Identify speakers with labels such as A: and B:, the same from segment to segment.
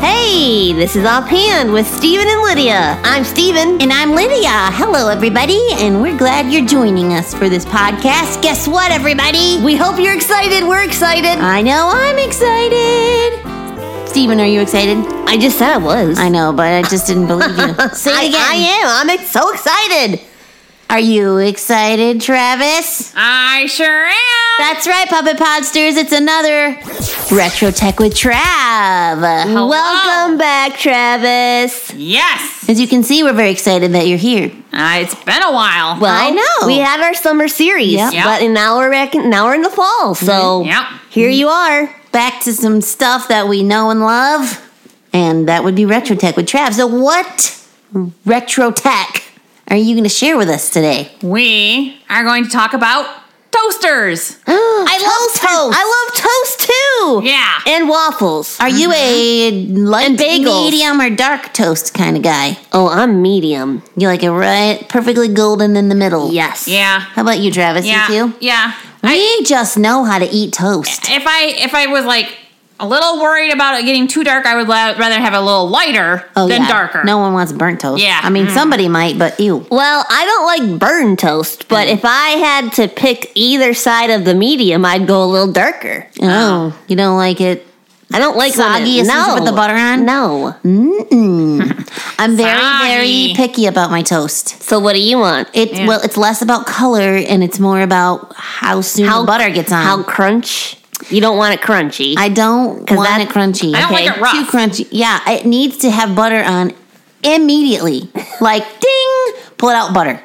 A: Hey, this is Offhand with Steven and Lydia. I'm Steven.
B: And I'm Lydia. Hello, everybody, and we're glad you're joining us for this podcast. Guess what, everybody?
A: We hope you're excited. We're excited.
B: I know I'm excited. Steven, are you excited?
A: I just said I was.
B: I know, but I just didn't believe you. Say
A: I,
B: it again.
A: I am. I'm ex- so excited.
B: Are you excited, Travis?
C: I sure am.
B: That's right, Puppet Podsters. It's another Retro Tech with Trav.
A: Welcome back, Travis.
C: Yes.
B: As you can see, we're very excited that you're here.
C: Uh, it's been a while.
B: Well, I know.
A: We had our summer series,
B: Yep.
C: Yep.
A: but now we're back in, now we're in the fall. So
C: Yep.
A: here you are.
B: back to some stuff that we know and love, and that would be Retro Tech with Trav. So, what Retro Tech are you going to share with us today?
C: we are going to talk about toasters.
A: I love toast. I love toast too.
C: Yeah.
A: And waffles.
B: Are you a light,
A: bagels.
B: Mm-hmm. medium, or dark toast kind of guy?
A: Oh, I'm medium.
B: You like it right, perfectly golden in the middle.
A: Yes.
C: Yeah.
B: How about you, Travis?
C: Yeah.
B: You too?
C: Yeah.
B: We just know how to eat toast.
C: If I if I was like a little worried about it getting too dark, I would la- rather have a little lighter
B: Oh,
C: than
B: yeah.
C: darker.
B: No one wants burnt toast.
C: Yeah. Mm-hmm.
B: I mean, somebody might, but ew.
A: Well, I don't like burn toast, but if I had to pick either side of the medium, I'd go a little darker.
B: Oh, you don't like it
A: I don't like when
B: Soggy
A: it,
B: as soon as you
A: no.
B: put the butter on?
A: No.
B: I'm very, very
C: Sorry.
B: picky about my toast.
A: So what do you want?
B: It
C: Yeah.
B: well, it's less about color and it's more about how soon
A: How-
B: the butter gets on.
A: How crunch? You don't want it crunchy.
B: Um, I don't
A: 'Cause
B: want
A: that-
B: it crunchy.
C: I don't like it rough.
B: Too crunchy. Yeah, it needs to have butter on immediately. like ding, pull it out butter.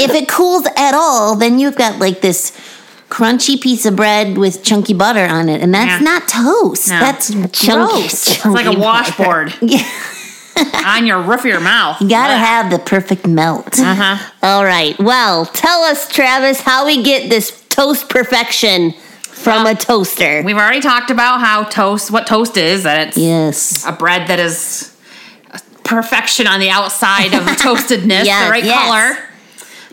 B: if it cools at all, then you've got like this crunchy piece of bread with chunky butter on it, and that's
C: Yeah.
B: not toast.
C: No.
B: That's
A: Chunky-
B: gross.
C: It's like a washboard
B: Yeah.
C: on your roof of your mouth.
B: You gotta have the perfect melt.
C: Uh-huh.
A: All right. Well, tell us, Travis, how we get this toast perfection from a toaster.
C: We've already talked about how toast what toast is, that it's
B: Yes.
C: a bread that is perfection on the outside of toastedness,
A: Yes,
C: the right
A: yes.
C: color.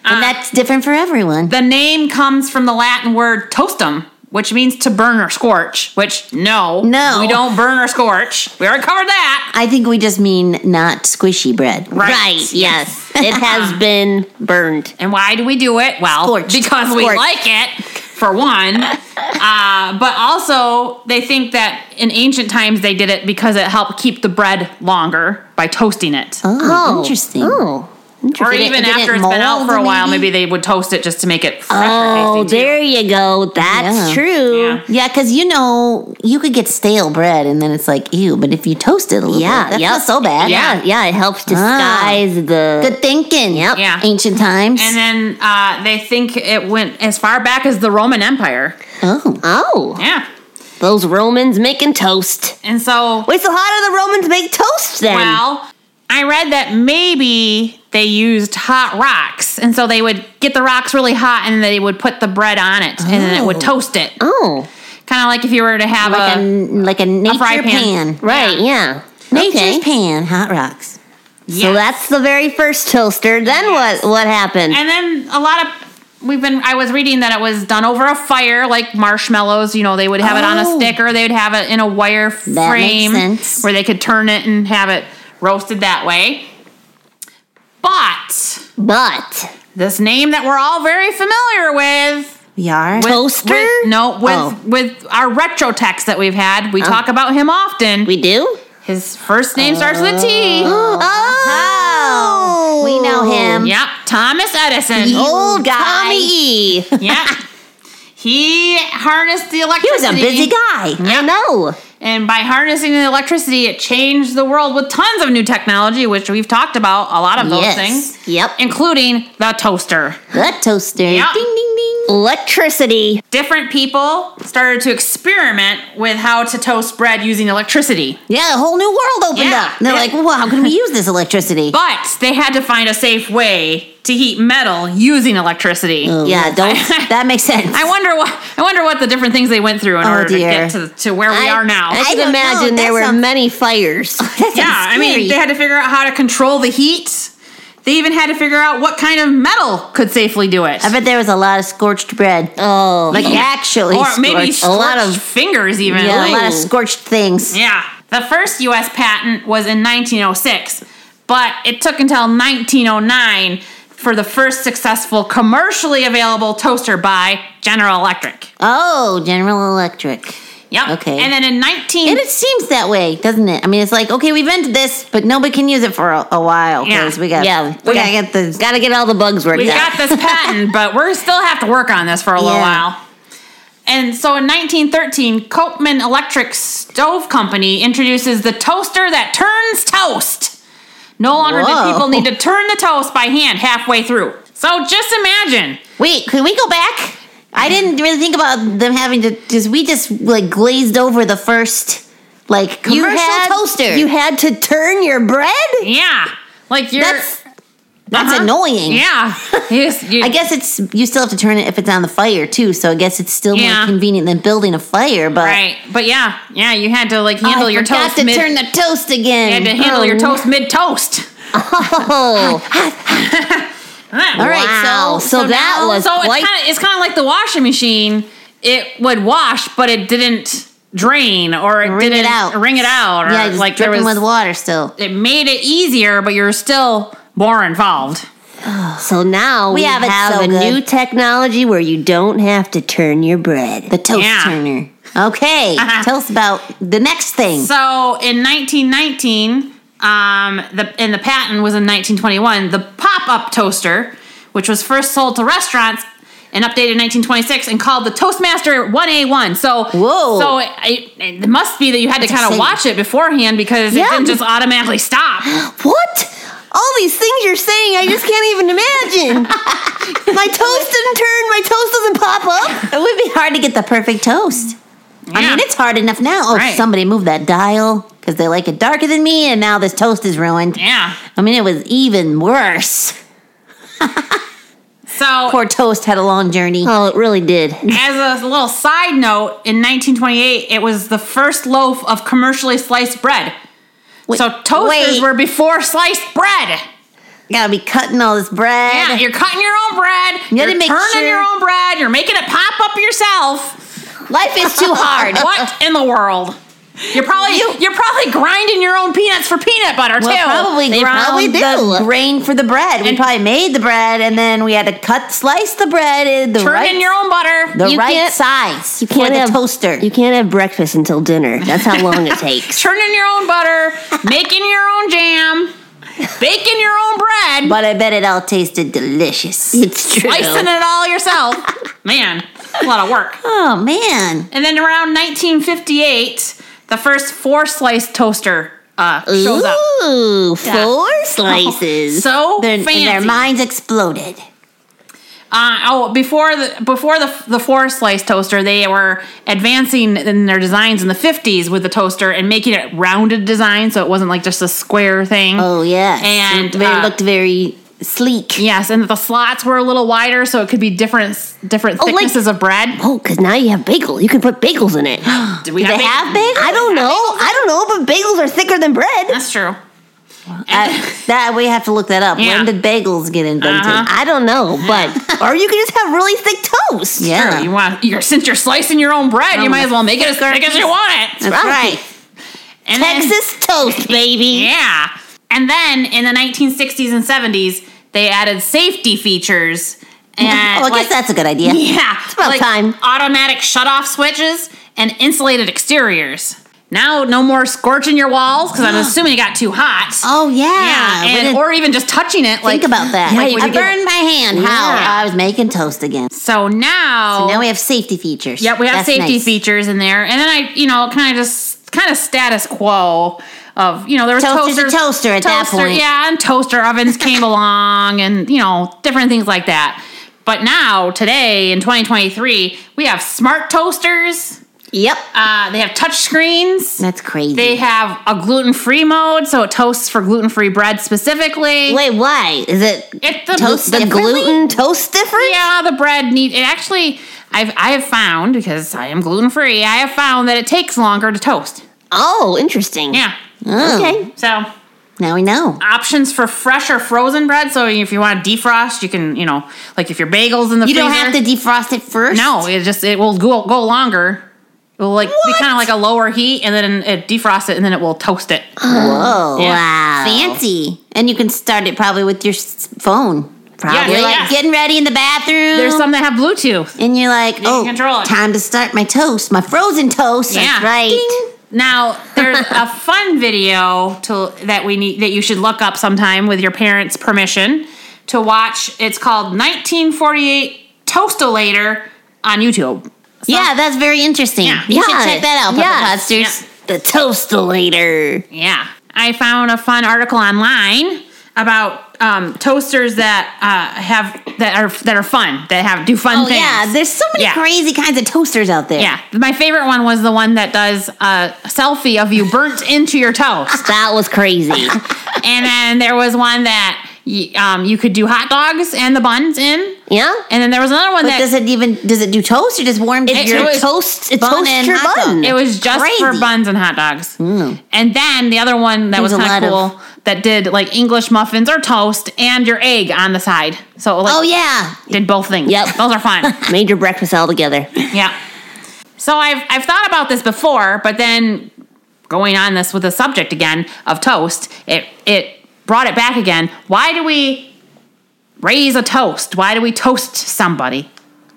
B: and that's different for everyone.
C: The name comes from the Latin word toastum, which means to burn or scorch, which no,
B: No.
C: we don't burn or scorch. We already covered that.
B: I think we just mean not squishy bread.
C: Right.
A: Right, yes. it
B: Uh-huh.
A: has been burned.
C: And why do we do it? Well,
B: Scorched.
C: because we
B: Scorched.
C: like it, for one. uh, but also, they think that in ancient times they did it because it helped keep the bread longer by toasting it.
B: Oh, interesting.
A: Oh.
C: or
A: interesting.
C: even
B: did it
C: after it's been out
B: mold,
C: for a while,
B: maybe?
C: maybe? they would toast it just to make it fresher
A: Oh,
C: tasting, too.
A: there you go. That's
B: Yeah.
A: true.
C: Yeah.
B: Yeah, because you know you could get stale bread, and then it's like ew. But if you toast it a little,
A: Yeah,
B: bit, that's
A: yep.
B: not so bad. Ah.
A: Yeah, yeah, it helps disguise the
B: Good thinking. Yep.
C: Yeah.
B: Ancient times.
C: And then uh, they think it went as far back as the Roman Empire.
B: oh,
A: Oh,
C: Yeah.
A: those Romans making toast.
C: And so,
A: Wait, so how do the Romans make toast then?
C: well, I read that maybe they used hot rocks. And so they would get the rocks really hot and they would put the bread on it and then it
B: Oh.
C: would toast it.
A: Oh,
C: Kind of like if you were to have
B: like a,
C: a.
B: like a nature
C: fry
B: pan.
C: pan.
A: right, yeah.
B: Nature's
A: Okay.
B: pan. Hot rocks.
C: Yeah.
A: So that's the very first toaster. Then what what happened?
C: And then a lot of. We've been. I was reading that it was done over a fire, like marshmallows. You know, they would have it on
B: Oh.
C: a stick, or they would have it in a wire
B: That makes
C: frame
B: sense.
C: where they could turn it and have it roasted that way. But
A: but
C: this name that we're all very familiar with.
B: We are.
C: with-
A: Toaster?
C: with- no, with
A: Oh.
C: with our retro text that we've had.
B: Oh.
C: We talk about him often.
A: we do.
C: His first name starts with a T.
B: Oh.
A: Oh,
B: We know him.
C: Yep, Thomas Edison.
B: Ye-
A: Old guy.
B: Tommy
A: E.
C: Yep. He harnessed the
B: he was a
C: electricity.
B: busy guy.
A: I know.
C: And by harnessing the electricity, it changed the world with tons of new technology, which we've talked about a lot of those
B: Yes.
C: things,
A: Yep.
C: including the toaster.
B: The toaster.
C: Yeah.
B: Ding ding ding.
A: Electricity.
C: Different people started to experiment with how to toast bread using electricity.
B: Yeah, a whole new world opened
C: Yeah.
B: up. They're
C: Yeah.
B: like, wow, how can we use this electricity?
C: But they had to find a safe way to heat metal using electricity.
B: Oh,
A: Yeah,
B: Don't. that makes sense.
C: I wonder what I wonder what the different things they went through in
B: Oh,
C: order
B: dear.
C: to get to, to where we
A: I-
C: are now.
A: I,
B: I
A: can
B: don't know.
A: imagine
B: That
A: there were
B: sounds-
A: many fires.
B: That sounds
C: yeah, I
B: scary.
C: mean, they had to figure out how to control the heat. They even had to figure out what kind of metal could safely do it.
B: I bet there was a lot of scorched bread.
A: oh,
B: Like actually,
C: or maybe
B: scorched. a lot of
C: scorched fingers even.
B: yeah,
C: like-
B: a lot of
A: Ooh.
B: scorched things.
C: yeah. The first U.S. patent was in 1906, but it took until 1909 for the first successful commercially available toaster by General Electric.
B: Oh, General Electric.
C: Yep.
B: Okay.
C: And then in 19
B: And it seems that way, doesn't it? I mean, it's like, okay, we invented this, but nobody can use it for a, a while because
C: Yeah.
B: we got,
A: Yeah.
B: we
A: Yeah.
B: gotta get the
A: Got to get all the bugs worked
C: we
A: out.
C: got this patent, but we're still have to work on this for a little
B: Yeah.
C: while. And so in 1913, Copeman Electric Stove Company introduces the toaster that turns toast. No longer
B: Whoa.
C: did people need to turn the toast by hand halfway through. So just imagine.
B: Wait, can we go back? I didn't really think about them having to. Just we just like glazed over the first like commercial
A: had-
B: toaster.
A: You had to turn your bread?
C: Yeah. Like you're
B: that's that's
C: Uh-huh.
B: annoying.
C: Yeah. You just- you-
B: I guess it's you still have to turn it if it's on the fire too. So I guess it's still more
C: Yeah.
B: convenient than building a fire. But
C: right. But yeah. Yeah, you had to like
B: Oh,
C: handle
B: I
C: your
B: forgot
C: toast
B: to
C: mid
B: turn the toast again.
C: you had to handle
B: Oh,
C: your toast mid toast.
A: Oh,
C: All
B: right,
A: wow.
B: so-
A: So, that
C: now-
A: was
C: so
A: quite.
C: it's kind of it's kind of like the washing machine. It would wash, but it didn't drain or it
B: Wring it
C: didn't
B: out.
C: wring it out. Or
B: Yeah, just
C: like there
B: dripping
C: was,
B: with water still.
C: it made it easier, but you're still more involved.
A: so now we,
B: have
A: have,
B: it so
A: a
B: good.
A: new technology where you don't have to turn your bread.
B: The toast
C: Yeah.
B: turner. Okay,
C: Uh-huh.
B: tell us about the next thing.
C: So in 1919, um, the and the patent was in 1921. The pop-up toaster, which was first sold to restaurants and updated in 1926 and called the Toastmaster 1A1. So
B: Whoa.
C: so it, it, it must be that you had to kind
B: insane.
C: of watch it beforehand because
A: Yeah.
C: it didn't just automatically stop.
A: What? All these things you're saying, I just can't even imagine. my toast didn't turn, my toast doesn't pop up.
B: It would be hard to get the perfect toast. I
C: Yeah.
B: mean, it's hard enough now. Oh,
C: Right.
B: somebody moved that dial because they like it darker than me, and now this toast is ruined.
C: Yeah.
B: I mean, it was even worse.
C: So
B: Poor toast had a long journey.
A: Oh, it really did.
C: as a little side note, in 1928, it was the first loaf of commercially sliced bread. so toasters
B: wait.
C: were before sliced bread.
B: Gotta be cutting all this bread.
C: Yeah, you're cutting your own bread.
B: You
C: You're
B: gotta make
C: turning
B: sure-
C: your own bread. You're making it pop up yourself.
B: Life is too hard.
C: What in the world? You're probably
B: You-
C: you, are probably grinding your own peanuts for peanut butter
B: Well,
C: too.
B: probably
A: They
B: ground
A: probably
B: the
A: do.
B: grain for the bread. We
C: And-
B: probably made the bread, and then we had to cut, slice the bread in the
C: Turn
B: right,
C: in your own butter.
B: the
A: You
B: right
A: can't-
B: size
A: You
B: for
A: can't
B: the
A: have
B: toaster.
A: You can't have breakfast until dinner. That's how long it takes.
C: Turn in your own butter. making your own jam. Baking your own bread.
B: but I bet it all tasted delicious.
A: It's true.
C: slicing it all yourself. Man, a lot of work.
B: Oh man.
C: And then around 1958, the first four slice toaster uh, shows up.
A: Ooh,
C: Yeah.
A: four slices.
C: So
B: their,
C: fancy.
B: their minds exploded.
C: Uh, oh, before the before the the four slice toaster, they were advancing in their designs in the fifties with the toaster and making it rounded design, so it wasn't like just a square thing.
B: Oh yes,
C: And,
B: it very-
C: uh,
B: looked very sleek.
C: Yes, and the slots were a little wider, so it could be different different
A: like-
C: thicknesses of bread.
A: oh, because now you have bagel. You can put bagels in it.
C: Did we
B: Do they have bagels?
A: I don't know. I don't know, but bagels are thicker than bread.
C: That's true.
A: Uh,
B: I- that we have to look that up.
C: Yeah.
B: When did bagels get invented?
C: Uh-huh.
A: I don't know, but or you can just have really thick toast.
B: Yeah.
C: Sure, you want you're, since you're slicing your own bread,
B: Oh.
C: you might as well make it as thick as you want it.
B: That's right.
C: And then-
A: Texas toast, baby.
C: Yeah. And then in the 1960s and 70s, they added safety features. And
B: oh, I
C: like-
B: guess that's a good idea.
C: yeah,
A: about time.
C: Automatic shutoff switches and insulated exteriors. Now, no more scorching your walls because I'm assuming it got too hot.
B: Oh yeah, We
C: yeah,
B: didn't
C: and, or even just touching it.
B: think
C: like
B: about that.
A: Yeah,
B: Like,
A: you
B: I
A: could get-
B: burned my hand.
A: Yeah.
B: How I was making toast again.
C: so now.
B: Now we have safety features.
C: Yep, we have
B: That's
C: safety
B: nice.
C: features in there, and then I, you know, kind of just kind of status quo of you know there was
B: Toaster's a
C: toasters,
B: toaster at that
C: toaster,
B: point.
C: yeah, and toaster ovens came along, and you know different things like that. But now today in 2023, we have smart toasters.
A: Yep.
C: Uh, they have touch screens.
B: That's crazy.
C: They have a gluten-free mode, so it toasts for gluten-free bread specifically.
A: Wait, why is it
C: It's the
B: Toast
A: the
B: differently?
A: gluten toast different?
C: Yeah, the bread need it actually I've I have found because I am gluten free, I have found that it takes longer to toast.
A: Oh, interesting.
C: Yeah.
B: Oh,
A: Okay.
C: So
B: Now we know.
C: options for fresh or frozen bread. So if you want to defrost, you can, you know, like if your bagels in the
B: You
C: freezer.
B: don't have to defrost it first.
C: No, it just it will go go longer. It will like be kind of like a lower heat, and then it defrosts it, and then it will toast it.
B: Whoa.
C: Yeah.
B: Wow. Fancy. And you can start it probably with your s- phone. Probably.
C: Yeah,
B: you're like
C: yes.
B: getting ready in the bathroom.
C: There's some that have Bluetooth.
B: and you're like,
C: can
B: oh,
C: control it."
B: time to start my toast, my frozen toast.
C: Yeah.
B: That's right.
A: Ding.
C: Now there's a fun video to that we need that you should look up sometime with your parents' permission to watch. It's called 1948 Toastolator on YouTube.
B: yeah, that's very interesting.
C: Yeah.
B: You should
A: Yeah.
B: check that out, Puppet
A: Yes.
B: Podsters.
C: Yeah.
A: The toastolator.
C: Yeah. I found a fun article online about um, toasters that uh, have that are that are fun that have do fun
B: Oh,
C: things.
B: yeah. There's so many
C: Yeah.
B: crazy kinds of toasters out there.
C: Yeah. My favorite one was the one that does a selfie of you burnt into your toast.
B: That was crazy.
C: and then there was one that y- um, you could do hot dogs and the buns in.
A: Yeah?
C: And then there was another one
B: But
C: that
B: does it even does it do toast or just warm
C: It-
B: your
C: it was-
B: toast
A: it
B: bun
A: toasts
B: and
A: your
B: hot dog?
A: bun.
C: it was just for
B: Crazy. Mm.
C: buns and hot dogs. And then the other one that
B: There's
C: was
B: a
C: kind of
B: lot of-
C: cool that did like English muffins or toast and your egg on the side. So like
B: Oh yeah.
C: did both things.
A: Yep.
C: Those are fun.
A: Made your breakfast all together.
C: yeah. So I've I've thought about this before, but then going on this with the subject again of toast, it it brought it back again. Why do we raise a toast? Why do we toast somebody?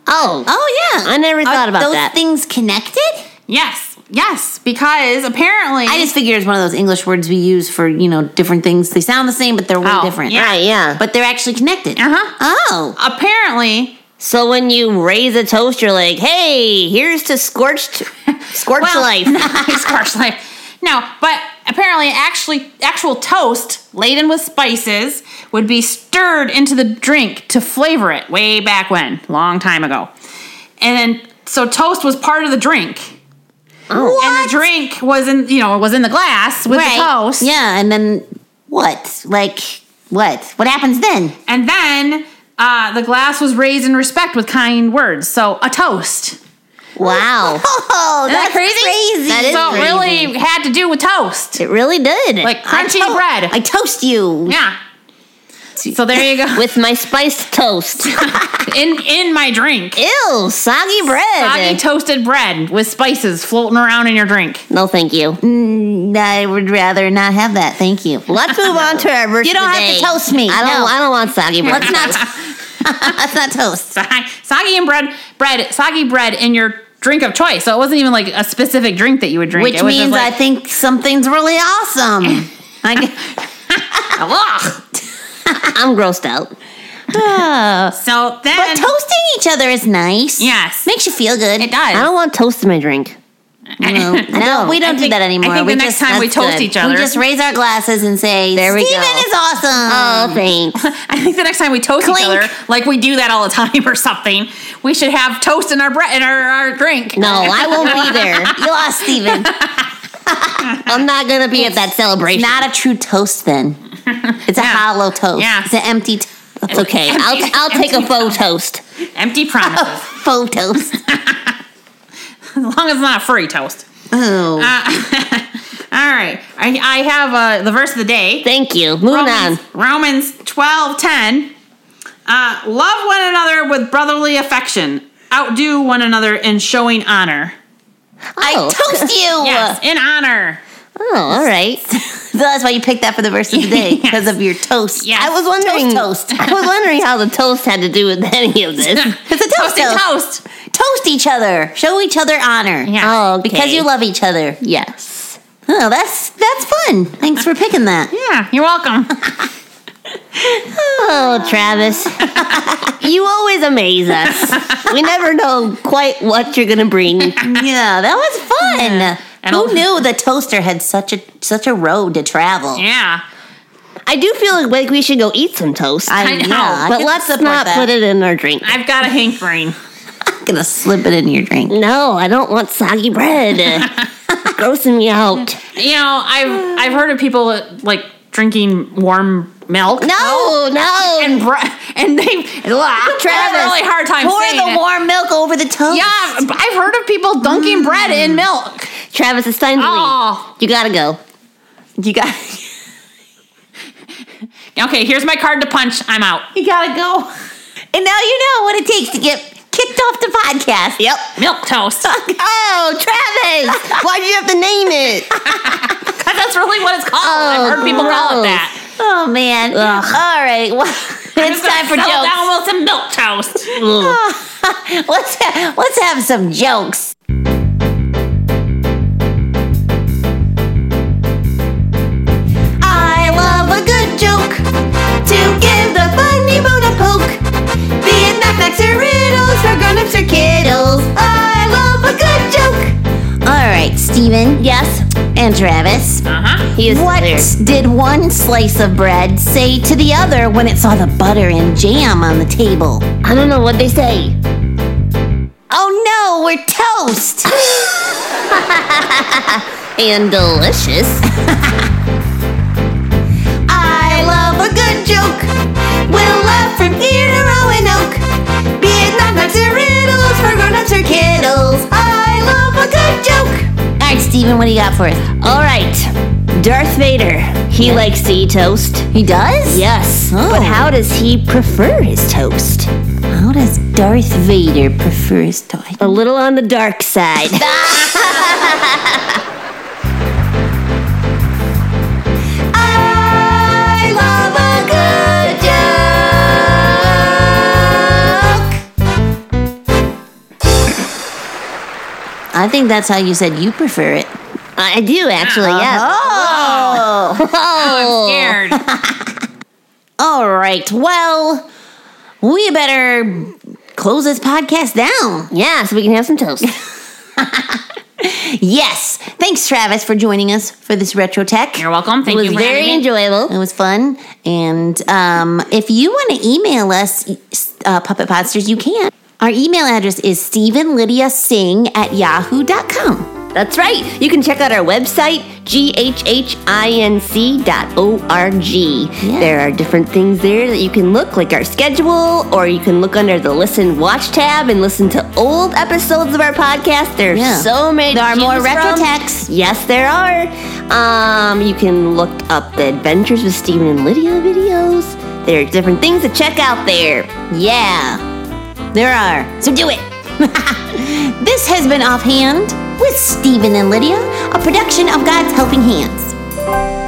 A: Oh.
B: Oh yeah.
A: I never thought about
B: those
A: that.
B: things connected?
C: Yes. Yes, because apparently
B: I just figured it's one of those English words we use for, you know, different things. They sound the same, but they're way
C: Oh,
B: different.
C: yeah.
A: Right, yeah. But
B: But they're actually connected.
C: Uh-huh.
B: Oh.
C: apparently
A: so when you raise a toast, you're like, hey, here's to scorched scorched
C: Well,
A: life.
C: It's harsh life. No, but apparently, actually, actual toast laden with spices would be stirred into the drink to flavor it. Way back when, long time ago, and then so toast was part of the drink,
B: Oh.
C: and the drink was in you know was in the glass with the toast,
B: Yeah, and then what? Like what? What happens then?
C: and then uh, the glass was raised in respect with kind words. So a toast.
A: Wow.
B: Oh,
C: Isn't that crazy?
A: That is
C: so it
A: crazy.
C: really had to do with toast.
A: It really did.
C: Like
B: I
C: crunchy
B: to-
C: bread.
B: I toast you.
C: yeah. So there you go.
A: with my spiced toast.
C: in in my drink.
A: Ew, soggy bread.
C: Soggy toasted bread with spices floating around in your drink.
A: no, thank you.
B: Mm, I would rather not have that. Thank you.
A: Let's move on to our verse.
B: You don't
A: of the
B: have to
A: day.
B: toast me.
A: I don't.
B: No.
A: I don't want soggy bread.
B: Let's not Let's not toast.
C: Soggy, soggy and bread, bread, soggy bread in your drink of choice. So it wasn't even like a specific drink that you would drink.
B: Which
C: it was just
B: means
C: like,
B: I think something's really awesome. I,
C: Ugh.
A: I'm grossed out.
C: So then,
B: but toasting each other is nice.
C: Yes.
B: Makes you feel good.
C: it
A: I
C: does.
A: don't want toast in my drink.
B: No, no, we don't
C: I
B: do
C: think-
B: that anymore.
C: I think the
B: we
C: next
B: just,
C: time we
B: that's
C: toast
B: good.
C: each other.
B: We just raise our glasses and say,
A: There we
B: Steven
A: go.
B: is awesome.
A: Oh, thanks.
C: I think the next time we toast each
B: Clink.
C: other, like we do that all the time or something, we should have toast in our bread in our, our drink.
A: No, I won't be there.
B: you lost Steven.
A: I'm not gonna be at that celebration.
B: Not a true toast then. It's a
C: Yeah.
B: hollow toast.
C: Yeah.
B: It's an empty toast.
A: It's okay. I'll I'll take a faux toast.
C: Empty
B: Oh,
C: promises.
B: Faux toast.
C: as long as it's not a furry toast. Uh,
B: Oh.
C: All right. I, I have uh, the verse of the day.
A: Thank you. Moving
C: Romans,
A: on.
C: Romans 12 10. Uh, love one another with brotherly affection. Outdo one another in showing honor.
B: I
A: Oh.
B: toast you.
C: Yes, in honor.
A: Oh, all right.
B: So that's why you picked that for the verse of the day because of your toast.
C: Yes.
A: I was wondering.
B: Toast, toast.
A: I was wondering how the toast had to do with any of this.
B: It's a toast.
C: Toasting
B: toast.
C: toast.
B: Toast each other. Show each other honor.
C: Yeah.
A: Oh, okay.
B: Because you love each other.
A: Yes.
B: Oh, that's that's fun. Thanks for picking that.
C: Yeah, you're welcome.
A: Oh, Travis, you always amaze us. We never know quite what you're gonna bring.
B: yeah, that was fun.
C: And
B: Who
C: I'll-
B: knew the toaster had such a such a road to travel?
C: yeah.
A: I do feel like we should go eat some toast.
B: I,
C: I know,
B: yeah, I
A: but
B: can
A: let's
B: support
A: not
B: that.
A: put it in our drink.
C: I've got a hankering.
B: I'm gonna slip it in your drink.
A: No, I don't want soggy bread. Grossing me out.
C: You know, I've I've heard of people uh, like drinking warm milk.
A: No, no.
C: And br- and they Travis,
A: Travis,
C: really hard time
B: Pour
C: saying
B: the
C: it.
B: warm milk over the toast.
C: Yeah, I've heard of people dunking bread in milk.
A: Travis, it's time to
C: Oh.
A: leave. You gotta go.
B: you got
C: Okay, here's my card to punch. I'm out.
B: you gotta go. And now you know what it takes to get kicked off the podcast.
A: Yep.
C: Milk toast.
A: Oh, Travis! Why did you have to name it?
C: That's really what it's called. I've heard people call it that.
B: Oh man. All right. Well, it's time for
C: Settle
B: jokes.
C: down with some milk toast.
B: let's ha- let's have some jokes. I love a good joke to give the funny bone a poke. Be it knockbacks or riddles for grown-ups or kiddles. I love a good joke. All right, Steven. Yes. And Travis.
C: Uh huh.
B: What did one slice of bread say to the other when it saw the butter and jam on the table?
A: I don't know what they say.
B: Oh no, we're toast!
A: And delicious.
B: I love a good joke. We'll laugh from ear to Roanoke. Be it knockbacks or riddles for grown-ups or kiddles. I love a good joke. All right, Steven, what do you got for us?
A: All right. Darth Vader. He likes to eat toast.
B: He does?
A: Yes.
B: Oh.
A: But how does he prefer his toast?
B: How does Darth Vader prefer his toy?
A: A little on the dark side.
B: I love a good joke. I think that's how you said you prefer it. Uh-huh.
A: I do actually. Yes.
C: Oh, I'm scared.
B: All right. Well, we better close this podcast down.
A: Yeah, so we can have some toast.
B: Yes. Thanks, Travis, for joining us for this Retro Tech.
C: You're welcome. Thank
A: it was
C: you for
A: very
C: having me.
A: enjoyable.
B: It was fun. And um, if you want to email us, uh, Puppet Podsters, you can. Our email address is StephenLydiaSing at yahoo.com.
A: That's right. You can check out our website, ghhinc.org. There are different things there that you can look, like our schedule, or you can look under the Listen Watch tab and listen to old episodes of our podcast. There are
B: Yeah.
A: so many.
B: There are
A: to
B: more
A: choose
B: retro
A: from.
B: texts.
A: Yes, there are. Um, you can look up the Adventures with Stephen and Lydia videos. There are different things to check out there.
B: Yeah, there are. So do it. this has been Offhand with Stephen and Lydia, a production of God's Helping Hands.